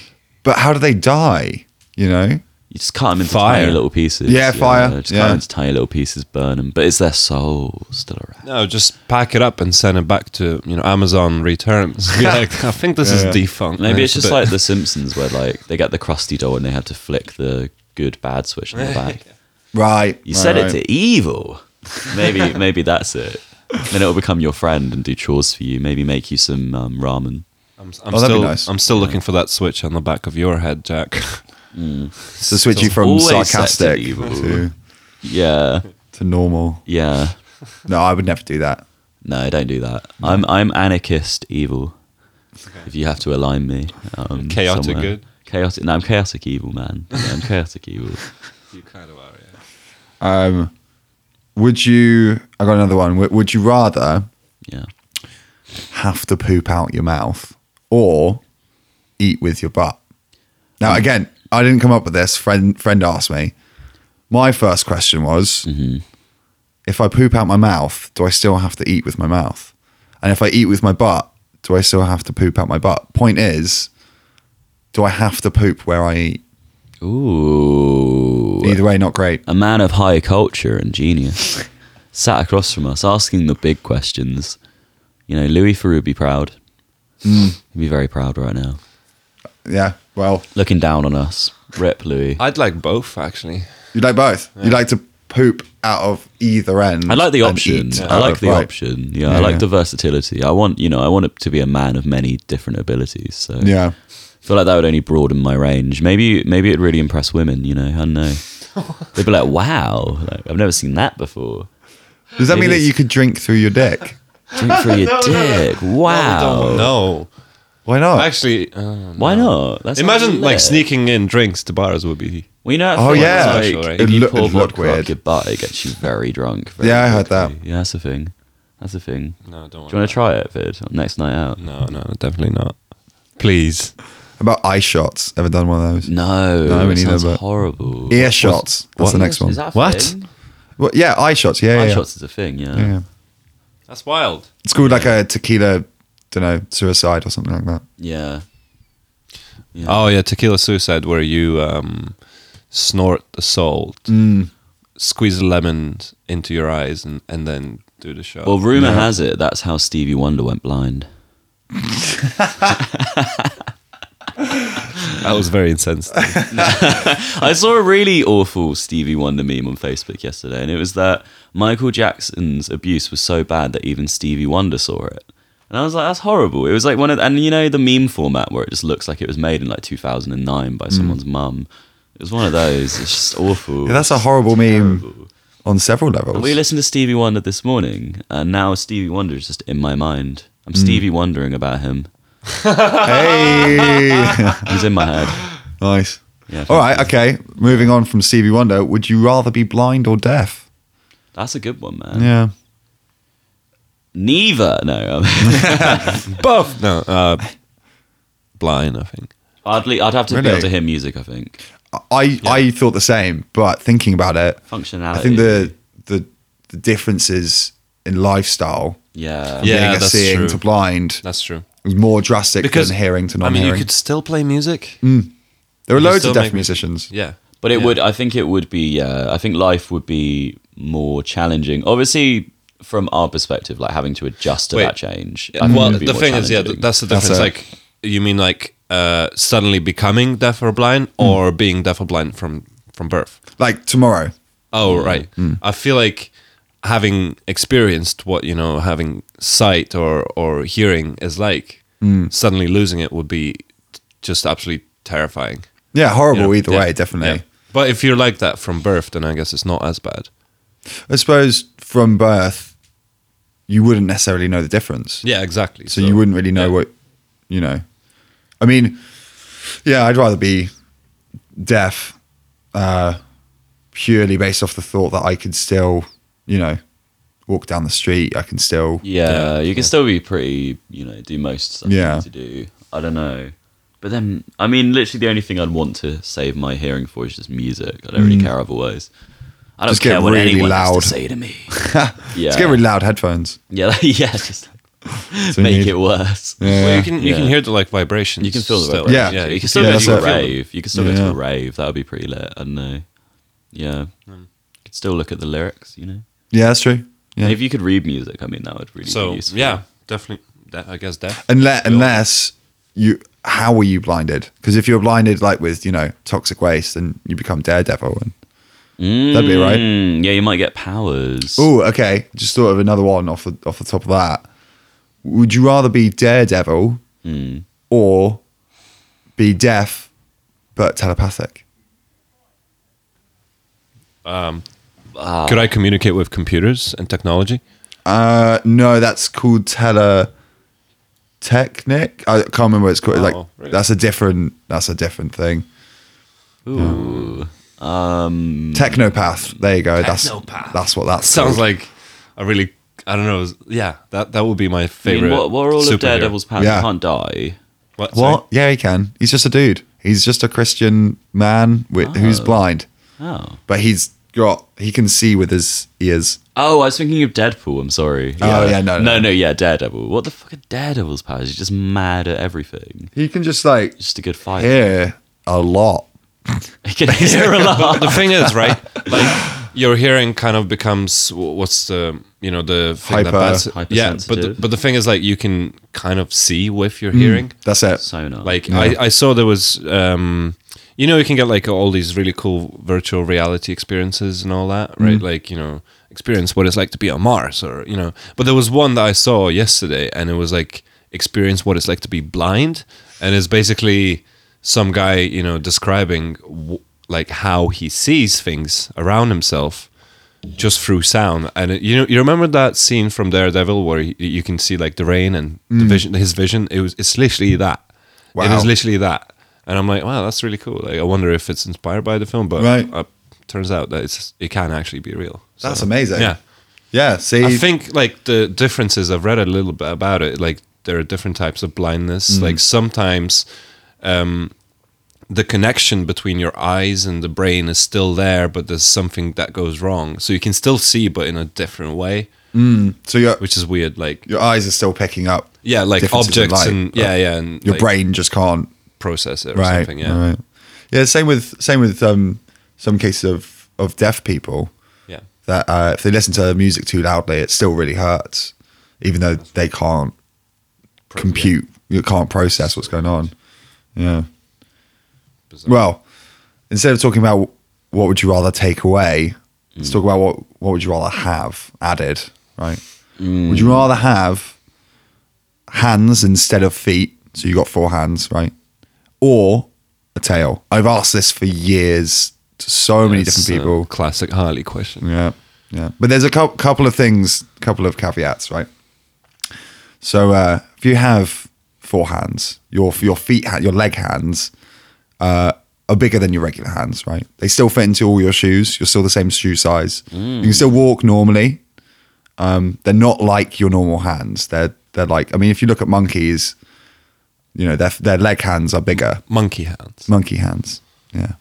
Speaker 3: but how do they die? You know,
Speaker 2: you just cut them into
Speaker 1: Fire.
Speaker 2: tiny little pieces.
Speaker 3: Yeah, fire,
Speaker 2: Just cut
Speaker 3: yeah.
Speaker 2: them into tiny little pieces, burn them. But it's their soul still around.
Speaker 1: No, just pack it up and send it back to you know Amazon returns. You're like, I think this is
Speaker 3: Yeah.
Speaker 1: defunct.
Speaker 2: Maybe
Speaker 1: man.
Speaker 2: it's
Speaker 1: a
Speaker 2: just
Speaker 1: bit-
Speaker 2: like The Simpsons, where like they get the crusty doll and they have to flick the good bad switch on the back.
Speaker 3: right?
Speaker 2: You set it to evil. Maybe maybe that's it. Then it'll become your friend and do chores for you. Maybe make you some um, ramen.
Speaker 1: I'm, I'm
Speaker 3: Oh, that'd be
Speaker 1: still
Speaker 3: nice.
Speaker 1: I'm still looking for that switch on the back of your head, Jack.
Speaker 3: to switch you from
Speaker 2: always set to
Speaker 3: sarcastic
Speaker 2: evil.
Speaker 3: to,
Speaker 2: Yeah,
Speaker 3: to normal.
Speaker 2: yeah.
Speaker 3: No, I would never do that.
Speaker 2: No, don't do that. I'm I'm anarchist evil. If you have to align me, um,
Speaker 1: Chaotic good?
Speaker 2: Chaotic. No, I'm chaotic evil, man. Yeah, I'm chaotic evil.
Speaker 1: You kind of are. Yeah.
Speaker 3: Um, would you? I got another one. Would, would you rather
Speaker 2: Yeah.
Speaker 3: have to poop out your mouth or eat with your butt? Now,
Speaker 2: Mm.
Speaker 3: again, I didn't come up with this. Friend, friend asked me. My first question was,
Speaker 2: Mm-hmm.
Speaker 3: if I poop out my mouth, do I still have to eat with my mouth? And if I eat with my butt, do I still have to poop out my butt? Point is, do I have to poop where I eat?
Speaker 2: Ooh.
Speaker 3: Either way, not great.
Speaker 2: a man of high culture and genius, sat across from us asking the big questions. You know, Louis Theroux would be proud. He'd be very proud right now,
Speaker 3: Yeah. Well,
Speaker 2: looking down on us. Rip Louis.
Speaker 1: I'd like both actually.
Speaker 3: you like both. You like to poop out of either end.
Speaker 2: I like the
Speaker 3: and
Speaker 2: option.
Speaker 3: eat
Speaker 2: I
Speaker 3: out
Speaker 2: like
Speaker 3: of
Speaker 2: the
Speaker 3: right.
Speaker 2: option. Yeah, I
Speaker 3: Yeah,
Speaker 2: like
Speaker 3: yeah.
Speaker 2: the versatility. I want, you know, I want it to be a man of many different abilities. So
Speaker 3: Yeah.
Speaker 2: I feel like that would only broaden my range. Maybe maybe it'd really impress women, you know. I don't know. They'd be like, wow, like, I've never seen that before.
Speaker 3: Does that
Speaker 2: It
Speaker 3: mean that
Speaker 2: is.
Speaker 3: you could drink through your dick?
Speaker 2: Drink for your dick.
Speaker 3: Oh.
Speaker 2: Wow.
Speaker 1: No,
Speaker 3: Why not?
Speaker 1: actually, uh,
Speaker 2: Why not? That's
Speaker 1: imagine like
Speaker 2: lit.
Speaker 1: sneaking in drinks to bars would be.
Speaker 2: Well, you know,
Speaker 3: Oh,
Speaker 2: oh
Speaker 3: yeah.
Speaker 2: yeah, like,
Speaker 1: Social, right?
Speaker 2: if
Speaker 3: It'd
Speaker 2: you
Speaker 3: look-
Speaker 2: pour
Speaker 3: it'd look
Speaker 2: vodka up
Speaker 3: weird.
Speaker 2: your butt, it gets you very drunk. very
Speaker 3: Yeah, I heard
Speaker 2: quickly.
Speaker 3: that.
Speaker 2: Yeah, that's the thing. That's the thing.
Speaker 1: No, don't.
Speaker 2: Do you want to try it, Vid? on Next night out?
Speaker 1: No, no, definitely not. Please.
Speaker 3: About eye shots. Ever done one of those?
Speaker 2: No,
Speaker 3: No,
Speaker 2: no
Speaker 3: we
Speaker 2: it
Speaker 3: need
Speaker 2: sounds
Speaker 3: that, but-
Speaker 2: horrible.
Speaker 3: Ear shots. That's
Speaker 1: what-
Speaker 3: the next one.
Speaker 2: Is that a
Speaker 1: What?
Speaker 2: thing?
Speaker 3: Well, yeah, eye shots. Yeah, yeah,
Speaker 2: Eye
Speaker 3: yeah.
Speaker 2: shots is a thing. Yeah.
Speaker 3: Yeah, yeah.
Speaker 1: That's wild.
Speaker 3: It's called like a tequila, don't know, suicide or something like that.
Speaker 2: Yeah.
Speaker 1: Oh yeah, tequila suicide, where you um, snort the salt, squeeze the lemon into your eyes, and, and then do the shot.
Speaker 2: Well, rumor has it that's how Stevie Wonder went blind.
Speaker 1: that was very insensitive.
Speaker 2: I saw a really awful Stevie Wonder meme on Facebook yesterday, and it was that Michael Jackson's abuse was so bad that even Stevie Wonder saw it. And I was like, that's horrible. It was like one of, and you know, the meme format where it just looks like it was made in like 2009 by someone's mum. It was one of those. It's just awful.
Speaker 3: Hmm. Yeah, that's a horrible meme on several levels.
Speaker 2: And we listened to Stevie Wonder this morning, and now Stevie Wonder is just in my mind. I'm
Speaker 1: Hmm.
Speaker 2: Stevie wondering about him.
Speaker 3: hey,
Speaker 2: He's in my head.
Speaker 3: nice.
Speaker 2: Yeah,
Speaker 3: All right, okay. Moving on from Stevie Wonder, would you rather be blind or deaf?
Speaker 2: That's a good one, man.
Speaker 3: Yeah,
Speaker 2: Neither. No. um,
Speaker 1: Both. No, uh, blind. I think.
Speaker 2: I'd, le- I'd have to be
Speaker 3: Really?
Speaker 2: able to hear music, I think.
Speaker 3: I I thought the same, but thinking about it,
Speaker 2: Functionality.
Speaker 3: I think the the, the differences in lifestyle,
Speaker 2: Yeah.
Speaker 1: Yeah.
Speaker 3: being a
Speaker 1: that's
Speaker 3: seeing
Speaker 1: true.
Speaker 3: to blind,
Speaker 1: That's true.
Speaker 3: was more drastic than hearing
Speaker 1: I
Speaker 3: to non-hearing.
Speaker 1: mean, you could still play music.
Speaker 3: there are
Speaker 1: you
Speaker 3: loads
Speaker 1: still
Speaker 3: of deaf
Speaker 1: make me-
Speaker 3: musicians.
Speaker 1: Yeah,
Speaker 2: But it
Speaker 1: Yeah.
Speaker 2: would, I think it would be, yeah, I think life would be more challenging. Obviously, from our perspective, like having to adjust to
Speaker 1: Wait.
Speaker 2: that change. I think
Speaker 1: Well,
Speaker 2: would be
Speaker 1: the
Speaker 2: more
Speaker 1: thing is, yeah, th-
Speaker 2: challenging.
Speaker 1: that's the
Speaker 3: That's
Speaker 1: difference.
Speaker 3: it.
Speaker 1: like, you mean like uh, suddenly becoming deaf or blind, or being deaf or blind from from birth?
Speaker 3: Like tomorrow,
Speaker 1: Oh, right.
Speaker 3: Mm.
Speaker 1: I feel like having experienced what you know, having sight or or hearing is like,
Speaker 3: Mm.
Speaker 1: suddenly losing it would be just absolutely terrifying.
Speaker 3: yeah,
Speaker 1: you
Speaker 3: horrible
Speaker 1: know?
Speaker 3: either
Speaker 1: Yeah.
Speaker 3: way, definitely.
Speaker 1: Yeah. But if you're like that from birth, then I guess it's not as bad.
Speaker 3: I suppose from birth, you wouldn't necessarily know the difference.
Speaker 1: Yeah, exactly.
Speaker 3: So, you wouldn't really know
Speaker 1: yeah.
Speaker 3: what, you know. I mean, yeah, I'd rather be deaf uh, purely based off the thought that I could still, you know, walk down the street. I can still.
Speaker 2: Yeah, you can still be pretty, you know, do most stuff you
Speaker 3: Yeah.
Speaker 2: need to do. I don't know. But then, I mean, literally the only thing I'd want to save my hearing for is just music. I don't really care otherwise. I don't
Speaker 3: Mm. Just get
Speaker 2: care what
Speaker 3: really
Speaker 2: anyone
Speaker 3: loud.
Speaker 2: has to say to me. yeah.
Speaker 3: Let's get really loud headphones.
Speaker 2: yeah, yeah, just
Speaker 3: So you
Speaker 2: make
Speaker 3: need-
Speaker 2: it worse.
Speaker 1: Well,
Speaker 3: Yeah.
Speaker 1: you can you can
Speaker 2: Yeah.
Speaker 1: hear the like vibrations.
Speaker 2: You can feel the
Speaker 1: still.
Speaker 2: vibrations.
Speaker 3: Yeah.
Speaker 1: yeah.
Speaker 2: you can
Speaker 1: can
Speaker 2: still
Speaker 1: feel
Speaker 2: go
Speaker 1: them.
Speaker 2: to
Speaker 3: that's
Speaker 2: a
Speaker 3: it.
Speaker 2: rave. You can still go to
Speaker 3: Yeah.
Speaker 2: a rave. That would be pretty lit. I don't know. Yeah. You
Speaker 1: Hmm.
Speaker 2: could still look at the lyrics, you know?
Speaker 3: yeah, that's true.
Speaker 2: And
Speaker 3: Yeah.
Speaker 2: if you could read music, I mean, that would really be
Speaker 1: So
Speaker 2: useful.
Speaker 1: yeah, definitely. That, I guess deaf.
Speaker 3: Unless, unless you, how were you blinded? Because if you're blinded, like with you know toxic waste, then you become daredevil. And That'd be right.
Speaker 2: Mm, Yeah, you might get powers.
Speaker 3: oh, okay, just thought of another one off the off the top of that. Would you rather be daredevil
Speaker 1: Hmm.
Speaker 2: Mm.
Speaker 3: or be deaf but telepathic?
Speaker 1: Could I communicate with computers and technology?
Speaker 3: Uh, no, that's called tele. Technic, I can't remember what it's called. like
Speaker 1: Oh, really?
Speaker 3: that's a different, that's a different thing.
Speaker 2: Ooh. Um,
Speaker 3: Technopath. There you go. That's
Speaker 1: Technopath.
Speaker 3: that's what that
Speaker 1: Sounds like a really I don't know. Yeah, that that would be my
Speaker 2: I mean,
Speaker 1: favorite.
Speaker 2: what, what are all
Speaker 1: superhero.
Speaker 2: of Daredevil's powers?
Speaker 3: Yeah.
Speaker 2: You can't die.
Speaker 1: What? Sorry?
Speaker 3: What? Yeah, he can. He's just a dude. He's just a Christian man with, who's blind,
Speaker 2: Oh.
Speaker 3: but he's got he can see with his ears.
Speaker 2: Oh, I was thinking of Deadpool. I'm sorry.
Speaker 3: Oh, yeah, no, no,
Speaker 2: no,
Speaker 3: no.
Speaker 2: no, yeah, Daredevil. What the fuck are Daredevil's powers? He's just mad at everything.
Speaker 3: He can just like
Speaker 2: Just a good fight.
Speaker 3: hear a lot.
Speaker 2: He can hear a lot.
Speaker 1: the thing is, right? Like your hearing kind of becomes wh- what's the you know the thing that
Speaker 3: Hyper-
Speaker 1: bats- yeah, but the,
Speaker 2: hypersensitive.
Speaker 1: but the thing is like you can kind of see with your hearing.
Speaker 3: That's it.
Speaker 2: sonar.
Speaker 1: Like I, I saw there was um you know you can get like all these really cool virtual reality experiences and all that, right? Like, you know, experience what it's like to be on Mars or you know. But there was one that I saw yesterday and it was like experience what it's like to be blind and it's basically some guy, you know, describing w- like how he sees things around himself just through sound. And it, you know, you remember that scene from Daredevil where y you can see like the rain and the vision, his vision. It was it's literally that. It
Speaker 3: Mm. Wow.
Speaker 1: is literally that. And I'm like, wow, that's really cool. Like, I wonder if it's inspired by the film, but
Speaker 3: Right.
Speaker 1: uh, turns out that it's it can actually be real. So,
Speaker 3: That's amazing.
Speaker 1: Yeah,
Speaker 3: Yeah. See,
Speaker 1: I think like the differences. I've read a little bit about it. Like there are different types of
Speaker 3: Mm.
Speaker 1: blindness. Like sometimes um, the connection between your eyes and the brain is still there, but there's something that goes wrong. So you can still see, but in a different way,
Speaker 3: so your
Speaker 1: which is weird. Like
Speaker 3: your eyes are still picking up.
Speaker 1: yeah, like
Speaker 3: differences in
Speaker 1: objects
Speaker 3: light,
Speaker 1: and
Speaker 3: but
Speaker 1: yeah, yeah, and
Speaker 3: Your
Speaker 1: like,
Speaker 3: brain just can't.
Speaker 1: process it or
Speaker 3: Right.
Speaker 1: something. Yeah,
Speaker 3: Right. Yeah. Same with same with um, some cases of of deaf people
Speaker 1: yeah.
Speaker 3: that uh, if they listen to music too loudly, it still really hurts, even though they can't compute, you can't process what's going on. Yeah.
Speaker 1: Bizarre.
Speaker 3: Well, instead of talking about what would you rather take away, let's talk about what what would you rather have added, right? Would you rather have hands instead of feet, so you got four hands, right? Or a tail? I've asked this for years to so many
Speaker 1: It's,
Speaker 3: different
Speaker 1: uh,
Speaker 3: people. Mm.
Speaker 1: classic Harley question.
Speaker 3: Yeah, yeah. But there's a cou- couple of things, couple of caveats, right? So uh, if you have four hands, your your feet, ha- your leg hands, uh, are bigger than your regular hands, right? They still fit into all your shoes. You're still the same shoe size. You can still walk normally. Um, they're not like your normal hands. They're they're like I mean, if you look at monkeys, you know their their leg hands are bigger.
Speaker 1: Monkey hands.
Speaker 3: Monkey hands, yeah.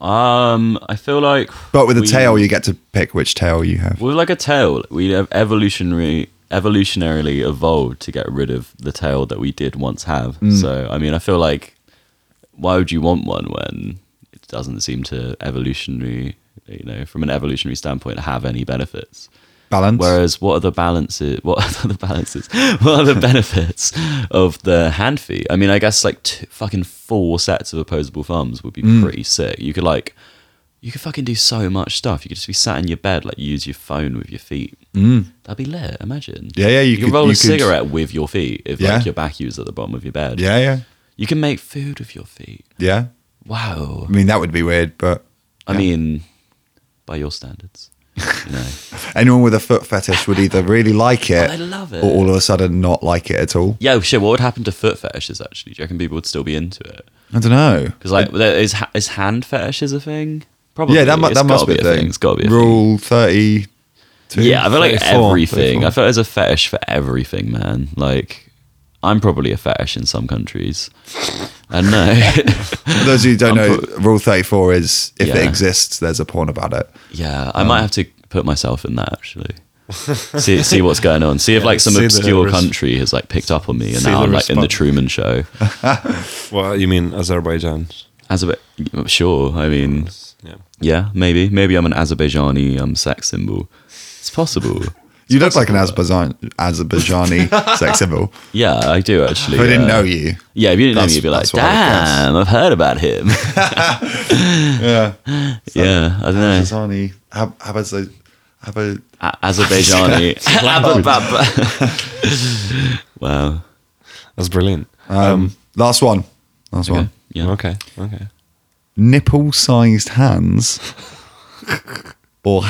Speaker 2: um, I feel like.
Speaker 3: But with a
Speaker 2: we-
Speaker 3: tail, you get to pick which tail you have.
Speaker 2: With like a tail, we have evolutionary evolutionarily evolved to get rid of the tail that we did once have. So I mean, I feel like why would you want one when it doesn't seem to evolutionary, you know, from an evolutionary standpoint, have any benefits?
Speaker 3: Balance.
Speaker 2: Whereas, what are the balances? What are the balances? What are the benefits of the hand feet? I mean, I guess like two, fucking four sets of opposable thumbs would be
Speaker 3: Mm.
Speaker 2: pretty sick. You could like, you could fucking do so much stuff. You could just be sat in your bed, like use your phone with your feet. Mm. That'd be lit. Imagine.
Speaker 3: Yeah, yeah, you
Speaker 2: You, could
Speaker 3: could-
Speaker 2: roll
Speaker 3: you
Speaker 2: a
Speaker 3: could-
Speaker 2: cigarette with your feet if
Speaker 3: Yeah.
Speaker 2: like your back was at the bottom of your bed.
Speaker 3: yeah, yeah,
Speaker 2: You can make food with your feet.
Speaker 3: yeah.
Speaker 2: Wow.
Speaker 3: I mean, that would be weird, but
Speaker 2: I mean, by your standards, you know.
Speaker 3: anyone with a foot fetish would either really like it,
Speaker 2: I love it.
Speaker 3: Eh, or all of a sudden not like it at all.
Speaker 2: Yeah, shit. What would happen to foot fetishes? Actually, do you reckon people would still be into it?
Speaker 3: I don't know.
Speaker 2: Because like, there is ha- is hand fetishes a thing? Probably.
Speaker 3: yeah, that, mu-
Speaker 2: It's
Speaker 3: that must
Speaker 2: gotta
Speaker 3: be a thing.
Speaker 2: It's got to be a
Speaker 3: Rule thirty.
Speaker 2: thing. Yeah, I feel like
Speaker 3: 34,
Speaker 2: everything.
Speaker 3: 34.
Speaker 2: I feel there's a fetish for everything, man. Like, I'm probably a fetish in some countries. I know.
Speaker 3: For those who don't know, Rule thirty four is if it
Speaker 2: Yeah.
Speaker 3: exists, there's a porn about it.
Speaker 2: yeah, I
Speaker 3: Um.
Speaker 2: might have to put myself in that actually. see see what's going on. See if like some
Speaker 1: see the
Speaker 2: obscure
Speaker 1: res-
Speaker 2: country has like picked up on me, and
Speaker 1: see
Speaker 2: now
Speaker 1: the
Speaker 2: I'm like in the
Speaker 1: response.
Speaker 2: Truman Show.
Speaker 1: Well, you mean Azerbaijan?
Speaker 2: As a bit, sure. I mean,
Speaker 1: Yeah.
Speaker 2: yeah, maybe maybe I'm an Azerbaijani um sex symbol. It's possible.
Speaker 3: You look like an Azerbaijan, Azerbaijani sex symbol.
Speaker 2: Yeah, I do actually.
Speaker 3: If I didn't
Speaker 2: yeah.
Speaker 3: know you,
Speaker 2: Yeah, if you didn't know me,
Speaker 3: That's-
Speaker 2: you'd be like,
Speaker 3: that's what I would guess.
Speaker 2: damn, I've heard about him.
Speaker 3: yeah,
Speaker 2: yeah, I don't know.
Speaker 3: Azerbaijani, have have a, have a
Speaker 2: A- Azerbaijani. Ab- ab- ab- wow.
Speaker 1: That's brilliant.
Speaker 3: um, last one, last
Speaker 2: Okay.
Speaker 3: one.
Speaker 2: Yeah.
Speaker 1: Okay. Okay.
Speaker 3: nipple sized hands or,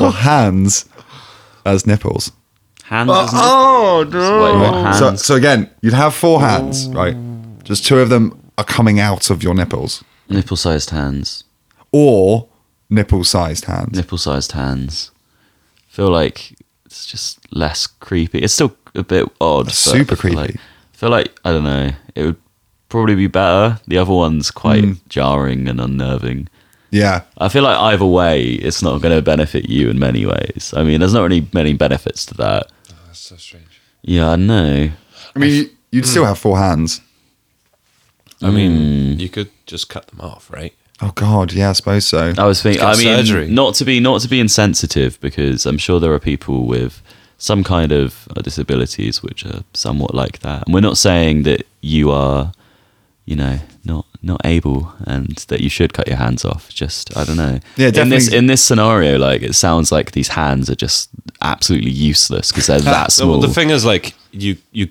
Speaker 3: or hands as nipples.
Speaker 2: Hands. oh, no. Wait, what, hands?
Speaker 3: So, so again, you'd have four hands, right? Just two of them are coming out of your nipples
Speaker 2: Nipple sized hands.
Speaker 3: or nipple sized hands.
Speaker 2: Nipple sized hands. Feel like it's just less creepy. It's still a bit odd. but
Speaker 3: Super
Speaker 2: I feel like-
Speaker 3: creepy.
Speaker 2: feel like, I don't know, it would probably be better. The other one's quite
Speaker 3: Hmm.
Speaker 2: jarring and unnerving.
Speaker 3: Yeah.
Speaker 2: I feel like either way, it's not going to benefit you in many ways. I mean, there's not really many benefits to that.
Speaker 1: That's so strange.
Speaker 2: Yeah, I know.
Speaker 3: I mean, you'd still have four hands.
Speaker 2: Hmm.
Speaker 1: I mean, you could just cut them off, right?
Speaker 3: Oh God, yeah, I suppose so.
Speaker 2: I was thinking.
Speaker 1: Get
Speaker 2: I mean,
Speaker 1: surgery.
Speaker 2: not to be not to be insensitive, because I'm sure there are people with some kind of uh, disabilities which are somewhat like that. And we're not saying that you are, you know, not not able and that you should cut your hands off. Just I don't know.
Speaker 3: Yeah,
Speaker 2: In this
Speaker 3: definitely.
Speaker 2: in this scenario, like it sounds like these hands are just absolutely useless because they're that
Speaker 1: So
Speaker 2: small.
Speaker 1: the thing is, like you you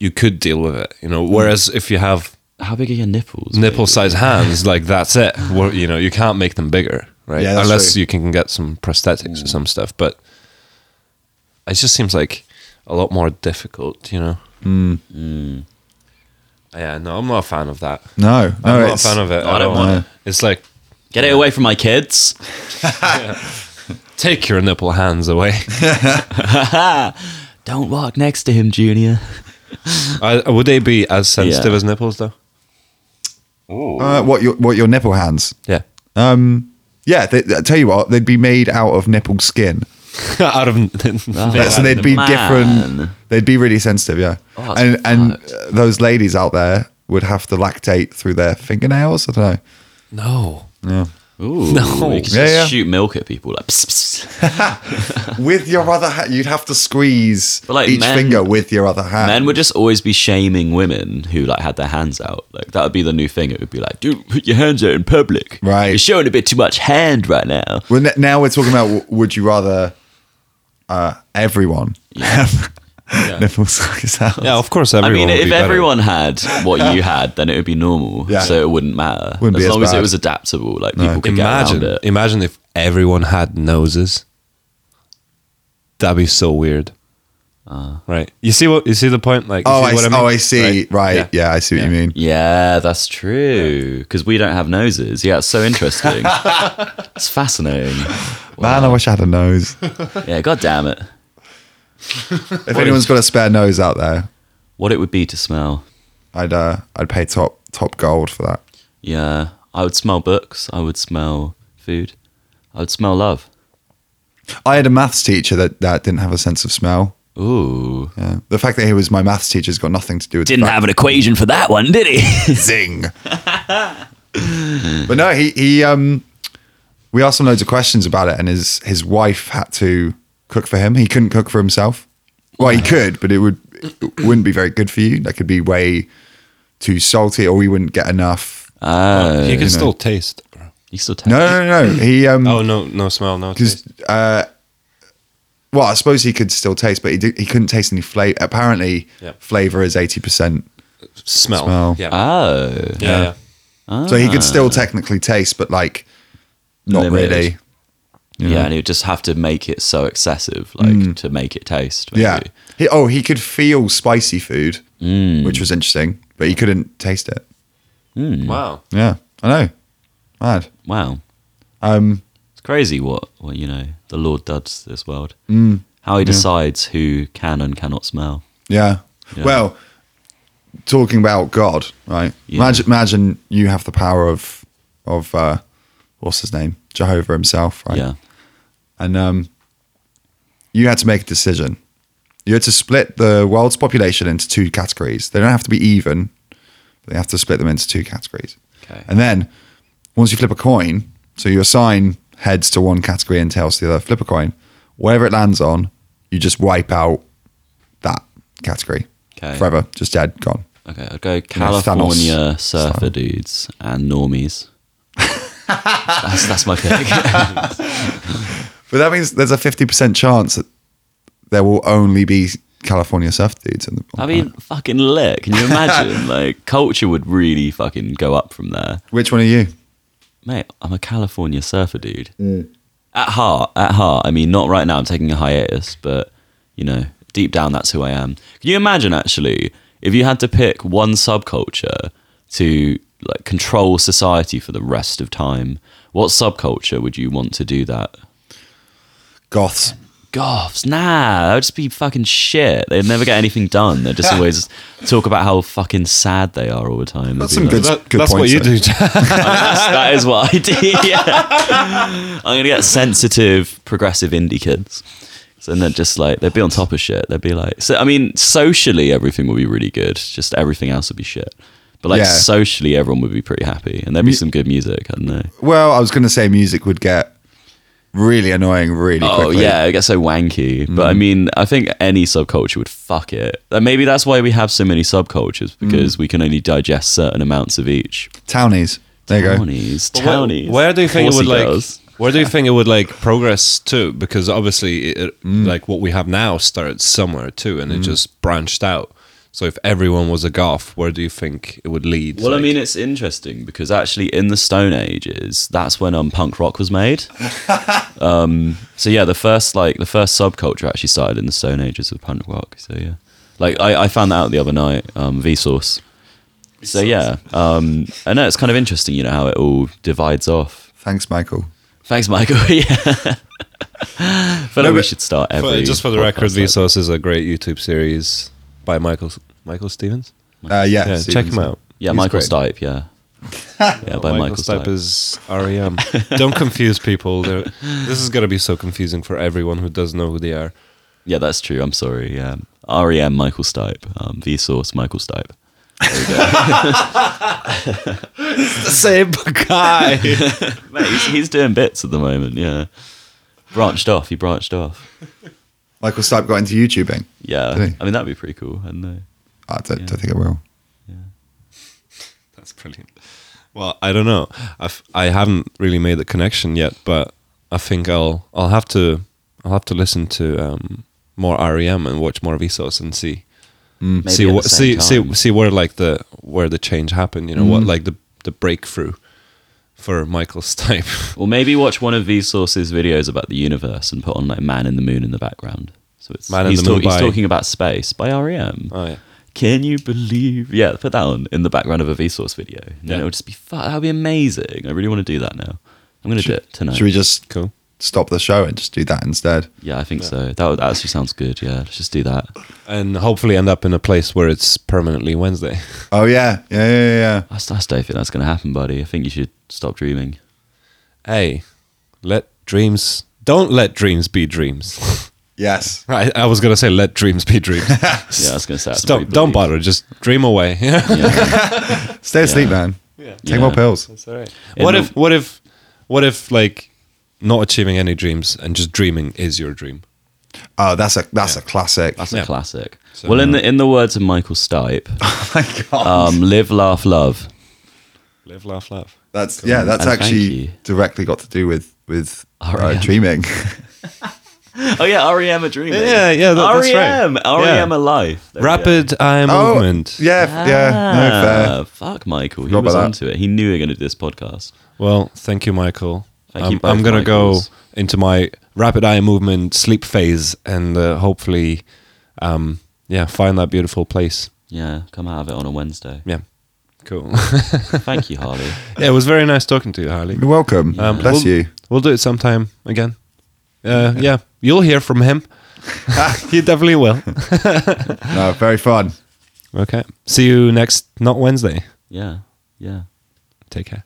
Speaker 1: you could deal with it, you know. Whereas if you have
Speaker 2: How big are your nipples?
Speaker 1: nipple sized hands, like that's it. Well, you know, you can't make them bigger, right?
Speaker 3: Yeah, that's
Speaker 1: Unless
Speaker 3: true.
Speaker 1: you can get some prosthetics
Speaker 2: Hmm.
Speaker 1: or some stuff. But it just seems like a lot more difficult, you know.
Speaker 3: Hmm.
Speaker 2: Hmm.
Speaker 1: Yeah, no, I'm not a fan of that.
Speaker 3: No, no,
Speaker 1: I'm not a
Speaker 3: it's
Speaker 1: fan of it.
Speaker 2: I
Speaker 1: at
Speaker 2: don't
Speaker 1: all.
Speaker 2: want
Speaker 3: it.
Speaker 1: It's like
Speaker 2: Get it away from my kids.
Speaker 1: take your nipple hands away.
Speaker 2: Don't walk next to him, Junior.
Speaker 1: I, would they be as sensitive
Speaker 2: Yeah.
Speaker 1: as nipples though?
Speaker 3: uh, what your what your nipple hands.
Speaker 1: Yeah,
Speaker 3: Yeah, they, I tell you what, they'd be made out of nipple skin.
Speaker 1: out of
Speaker 3: Yeah, so they'd be
Speaker 2: Man.
Speaker 3: different. They'd be really sensitive, yeah.
Speaker 2: Oh,
Speaker 3: and
Speaker 2: that's
Speaker 3: and uh, those ladies out there would have to lactate through their fingernails. I don't know.
Speaker 1: no.
Speaker 2: Ooh,
Speaker 1: No.
Speaker 2: you could just
Speaker 3: Yeah, yeah.
Speaker 2: shoot milk at people like. Pss, pss.
Speaker 3: With your other hand, you'd have to squeeze
Speaker 2: But, like,
Speaker 3: each
Speaker 2: men-
Speaker 3: finger with your other hand.
Speaker 2: Men would just always be shaming women who like had their hands out. Like that would be the new thing. It would be like, dude, put your hands out in public.
Speaker 3: Right.
Speaker 2: You're showing a bit too much hand right now.
Speaker 3: Well, n- now we're talking about w- would you rather uh, everyone have nipple suckers out?
Speaker 1: Yeah, of course.
Speaker 2: I
Speaker 1: Everyone
Speaker 2: mean,
Speaker 1: would
Speaker 2: if
Speaker 1: be better.
Speaker 2: everyone had what you had, then it would be normal.
Speaker 3: Yeah.
Speaker 2: So it wouldn't matter.
Speaker 3: Wouldn't
Speaker 2: as
Speaker 3: be as
Speaker 2: long as it
Speaker 3: bad.
Speaker 2: was adaptable, like people could get
Speaker 1: imagine,
Speaker 2: around it.
Speaker 1: imagine if everyone had noses. That'd be so weird.
Speaker 2: Uh.
Speaker 1: right. You see what you see the point? Like, you
Speaker 3: Oh,
Speaker 1: see
Speaker 3: I,
Speaker 1: what
Speaker 3: s-
Speaker 1: mean?
Speaker 3: oh, I see. Right. Yeah. I see what you mean.
Speaker 2: Yeah, that's true. Because we don't have noses. Yeah, it's so interesting. it's fascinating.
Speaker 3: Man, I wish I had a nose.
Speaker 2: Yeah, god damn it.
Speaker 3: if anyone's got a spare nose out there,
Speaker 2: What it would be to smell.
Speaker 3: I'd uh, I'd pay top top gold for that.
Speaker 2: Yeah, I would smell books. I would smell food. I would smell love.
Speaker 3: I had a maths teacher that, that didn't have a sense of smell.
Speaker 2: Ooh.
Speaker 3: Yeah. The fact that he was my maths teacher's got nothing to do with
Speaker 2: Didn't
Speaker 3: the
Speaker 2: have an equation for that one, did he?
Speaker 3: zing. but no, he he um we asked him loads of questions about it and his his wife had to cook for him. He couldn't cook for himself. Well, he could, but it would it wouldn't be very good for you. That could be way too salty or we wouldn't get enough.
Speaker 2: Oh,
Speaker 1: you can still taste.
Speaker 3: Mm.
Speaker 1: Bro.
Speaker 2: you still taste.
Speaker 3: No, no, no. no. He um
Speaker 1: Oh no, no smell, no
Speaker 3: because
Speaker 1: taste.
Speaker 3: uh, well, I suppose he could still taste, but he did, he couldn't taste any flavor. Apparently,
Speaker 1: Yep.
Speaker 3: flavor is eighty percent,
Speaker 1: Smell.
Speaker 3: smell.
Speaker 1: Yeah.
Speaker 2: Oh,
Speaker 1: yeah. yeah.
Speaker 3: so he could still technically taste, but like not
Speaker 2: Ah. Limited.
Speaker 3: really.
Speaker 2: yeah, and you would just have to make it so excessive, like to make it taste. maybe.
Speaker 3: Mm. Yeah. He, oh, he could feel spicy food,
Speaker 2: Mm. Hmm.
Speaker 3: which was interesting, but he couldn't taste it.
Speaker 1: Wow.
Speaker 3: Yeah, I know. Mad.
Speaker 2: Mm. Wow,
Speaker 3: Um,
Speaker 2: it's crazy what what you know the Lord does to this world.
Speaker 3: Mm.
Speaker 2: How he decides who can and cannot smell.
Speaker 3: yeah.
Speaker 2: Yeah.
Speaker 3: Well, talking about God, right?
Speaker 2: Yeah.
Speaker 3: Imagine, imagine you have the power of of uh, what's his name, Jehovah himself, right?
Speaker 2: Yeah.
Speaker 3: and um, you had to make a decision. You had to split the world's population into two categories. They don't have to be even, but they have to split them into two categories.
Speaker 2: Okay.
Speaker 3: And then once you flip a coin, so you assign heads to one category and tails to the other, flip a coin, wherever it lands on, you just wipe out that category
Speaker 2: Okay.
Speaker 3: forever, just dead, gone.
Speaker 2: Okay, I'd go
Speaker 3: know, Thanos
Speaker 2: California surfer dudes and normies. that's that's my pick.
Speaker 3: But that means there's a 50% chance that there will only be California surf dudes. In the,
Speaker 2: I mean, fucking lit. Can you imagine? like, culture would really fucking go up from there.
Speaker 3: which one are you?
Speaker 2: Mate, I'm a California surfer dude.
Speaker 3: Mm.
Speaker 2: At heart, at heart. I mean, not right now. I'm taking a hiatus, but you know, deep down, that's who I am. Can you imagine actually if you had to pick one subculture to like control society for the rest of time? What subculture would you want to do that?
Speaker 3: Goths.
Speaker 2: Goths, nah, that would just be fucking shit. They'd never get anything done. They'd just always talk about how fucking sad they are all the time. They'd be
Speaker 3: That's some
Speaker 2: like,
Speaker 3: good,
Speaker 1: That-
Speaker 3: good
Speaker 1: that's what
Speaker 3: points
Speaker 1: you
Speaker 3: there.
Speaker 1: do. Jack.
Speaker 2: That's, that is what I did. yeah. I'm gonna get sensitive, progressive indie kids. So then just like they'd be on top of shit. They'd be like, so I mean, socially everything will be really good. Just everything else will be shit. But like
Speaker 3: Yeah.
Speaker 2: socially, everyone would be pretty happy, and there'd be some good music. I don't know.
Speaker 3: Well, I was going to say music would get really annoying really
Speaker 2: Oh
Speaker 3: quickly.
Speaker 2: yeah, it gets so wanky. But I mean, I think any subculture would fuck it. And maybe that's why we have so many subcultures because we can only digest certain amounts of each.
Speaker 3: Townies. There you go.
Speaker 2: Townies, townies.
Speaker 1: Where, do you think it would
Speaker 2: Horsey
Speaker 1: like?
Speaker 2: girls.
Speaker 1: Where do you think it would like progress to? Because obviously, it- it,
Speaker 2: Mm.
Speaker 1: like what we have now started somewhere too, and it just branched out. So if everyone was a goth, where do you think it would lead?
Speaker 2: Well, I
Speaker 1: Like-
Speaker 2: mean, it's interesting because actually, in the Stone Ages, that's when um, punk rock was made. um, so yeah, the first like the first subculture actually started in the Stone Ages with punk rock. So yeah, like I, I found that out the other night. Um, Vsauce. So yeah, um, I know it's kind of interesting, you know, how it all divides off.
Speaker 3: Thanks, Michael.
Speaker 2: Thanks, Michael. yeah. But we
Speaker 1: but-
Speaker 2: should start
Speaker 1: For-
Speaker 2: every
Speaker 1: just for the
Speaker 2: podcast
Speaker 1: record,
Speaker 2: like that.
Speaker 1: Vsauce is a great YouTube series by Michael Michael Stevens.
Speaker 3: Uh, yeah,
Speaker 1: Yeah,
Speaker 3: Stevens.
Speaker 1: check him out.
Speaker 2: Yeah,
Speaker 3: He's
Speaker 2: Michael
Speaker 3: great.
Speaker 2: Stipe. Yeah, yeah, by Michael, Stipe.
Speaker 1: Stipe is REM. Don't confuse people. They're, this is going to be so confusing for everyone who does know who they are.
Speaker 2: Yeah, that's true. I'm sorry. Yeah. REM Michael Stipe, um, Vsauce Michael Stipe.
Speaker 3: Same guy.
Speaker 2: Mate, he's, he's doing bits at the moment. Yeah, branched off. He branched off.
Speaker 3: Michael Stipe got into YouTubing.
Speaker 2: Yeah,
Speaker 3: Did he?
Speaker 2: I mean that'd be pretty cool. I don't know.
Speaker 3: I don't,
Speaker 2: Yeah.
Speaker 3: don't think it will.
Speaker 1: That's brilliant. Well, I don't know. I've, I haven't really made the connection yet, but I think I'll I'll have to I'll have to listen to um, more REM and watch more Vsauce and see
Speaker 2: Maybe
Speaker 1: Hmm. see
Speaker 2: at the
Speaker 1: what
Speaker 2: same
Speaker 1: see see
Speaker 2: time. Mm.
Speaker 1: see where like the where the change happened. You know what like the the breakthrough for Michael Stipe.
Speaker 2: Or maybe watch one of Vsauce's videos about the universe and put on like Man in the Moon in the background. So it's
Speaker 1: Man in
Speaker 2: he's,
Speaker 1: the Moon
Speaker 2: he's
Speaker 1: by-
Speaker 2: talking about space by REM.
Speaker 1: oh yeah.
Speaker 2: Can you believe? Yeah, put that on in the background of a Vsauce video. And then
Speaker 1: Yeah.
Speaker 2: it'll just be fu- That'll be amazing. I really want to do that now. I'm gonna do it tonight.
Speaker 3: Should we just
Speaker 1: Cool.
Speaker 3: stop the show and just do that instead?
Speaker 2: Yeah, I think so. That would, that actually sounds good. Yeah, let's just do that.
Speaker 1: And hopefully end up in a place where it's permanently Wednesday.
Speaker 3: Oh, yeah. Yeah, yeah, yeah, yeah.
Speaker 2: I, st- I still think that's going to happen, buddy. I think you should stop dreaming.
Speaker 1: hey, let dreams don't let dreams be dreams.
Speaker 3: Yes.
Speaker 1: I, I was gonna say let dreams be dreams.
Speaker 2: Yeah, I was going to say. that's
Speaker 1: Stop,
Speaker 2: pretty
Speaker 1: don't
Speaker 2: bleak.
Speaker 1: bother. Just dream away.
Speaker 2: Yeah.
Speaker 3: Stay asleep, man. Take
Speaker 2: Yeah.
Speaker 3: more pills.
Speaker 1: what
Speaker 2: Yeah,
Speaker 1: if? What if? What if? Like, not achieving any dreams and just dreaming is your dream.
Speaker 3: Oh, that's a that's a classic.
Speaker 2: That's
Speaker 1: Yeah. uh,
Speaker 2: a classic. well, in the in the words of Michael Stipe,
Speaker 3: oh my god.
Speaker 2: um, live, laugh, love.
Speaker 1: Live, laugh, laugh.
Speaker 3: that's yeah. That's
Speaker 2: and thank
Speaker 3: actually
Speaker 2: you.
Speaker 3: directly got to do with with uh,
Speaker 2: R.E.M..
Speaker 3: dreaming.
Speaker 2: Oh yeah, REM a dream.
Speaker 1: Yeah, yeah, that- that's right.
Speaker 2: REM, REM
Speaker 1: Yeah.
Speaker 2: a E life. There we go.
Speaker 1: Uh, Rapid eye
Speaker 3: Oh,
Speaker 1: movement.
Speaker 3: yeah, f- yeah. No fair.
Speaker 2: Ah, Fuck Michael, he
Speaker 3: Forgot
Speaker 2: was
Speaker 3: about
Speaker 2: onto it. He knew we were going to do this podcast.
Speaker 1: Well, thank you, Michael.
Speaker 2: Thank
Speaker 1: I'm,
Speaker 2: you both,
Speaker 1: I'm gonna
Speaker 2: Michaels.
Speaker 1: go into my rapid eye movement sleep phase and uh, hopefully, um, yeah, find that beautiful place.
Speaker 2: Yeah, come out of it on a Wednesday.
Speaker 1: Yeah, cool.
Speaker 2: Thank you, Harley.
Speaker 1: yeah, it was very nice talking to you, Harley.
Speaker 3: You're welcome.
Speaker 1: Um,
Speaker 3: Bless
Speaker 1: we'll,
Speaker 3: you.
Speaker 1: We'll do it sometime again. Uh, yeah, you'll hear from him. you definitely will.
Speaker 3: No, very fun.
Speaker 1: Okay. See you next, not Wednesday.
Speaker 2: Yeah, yeah.
Speaker 1: Take care.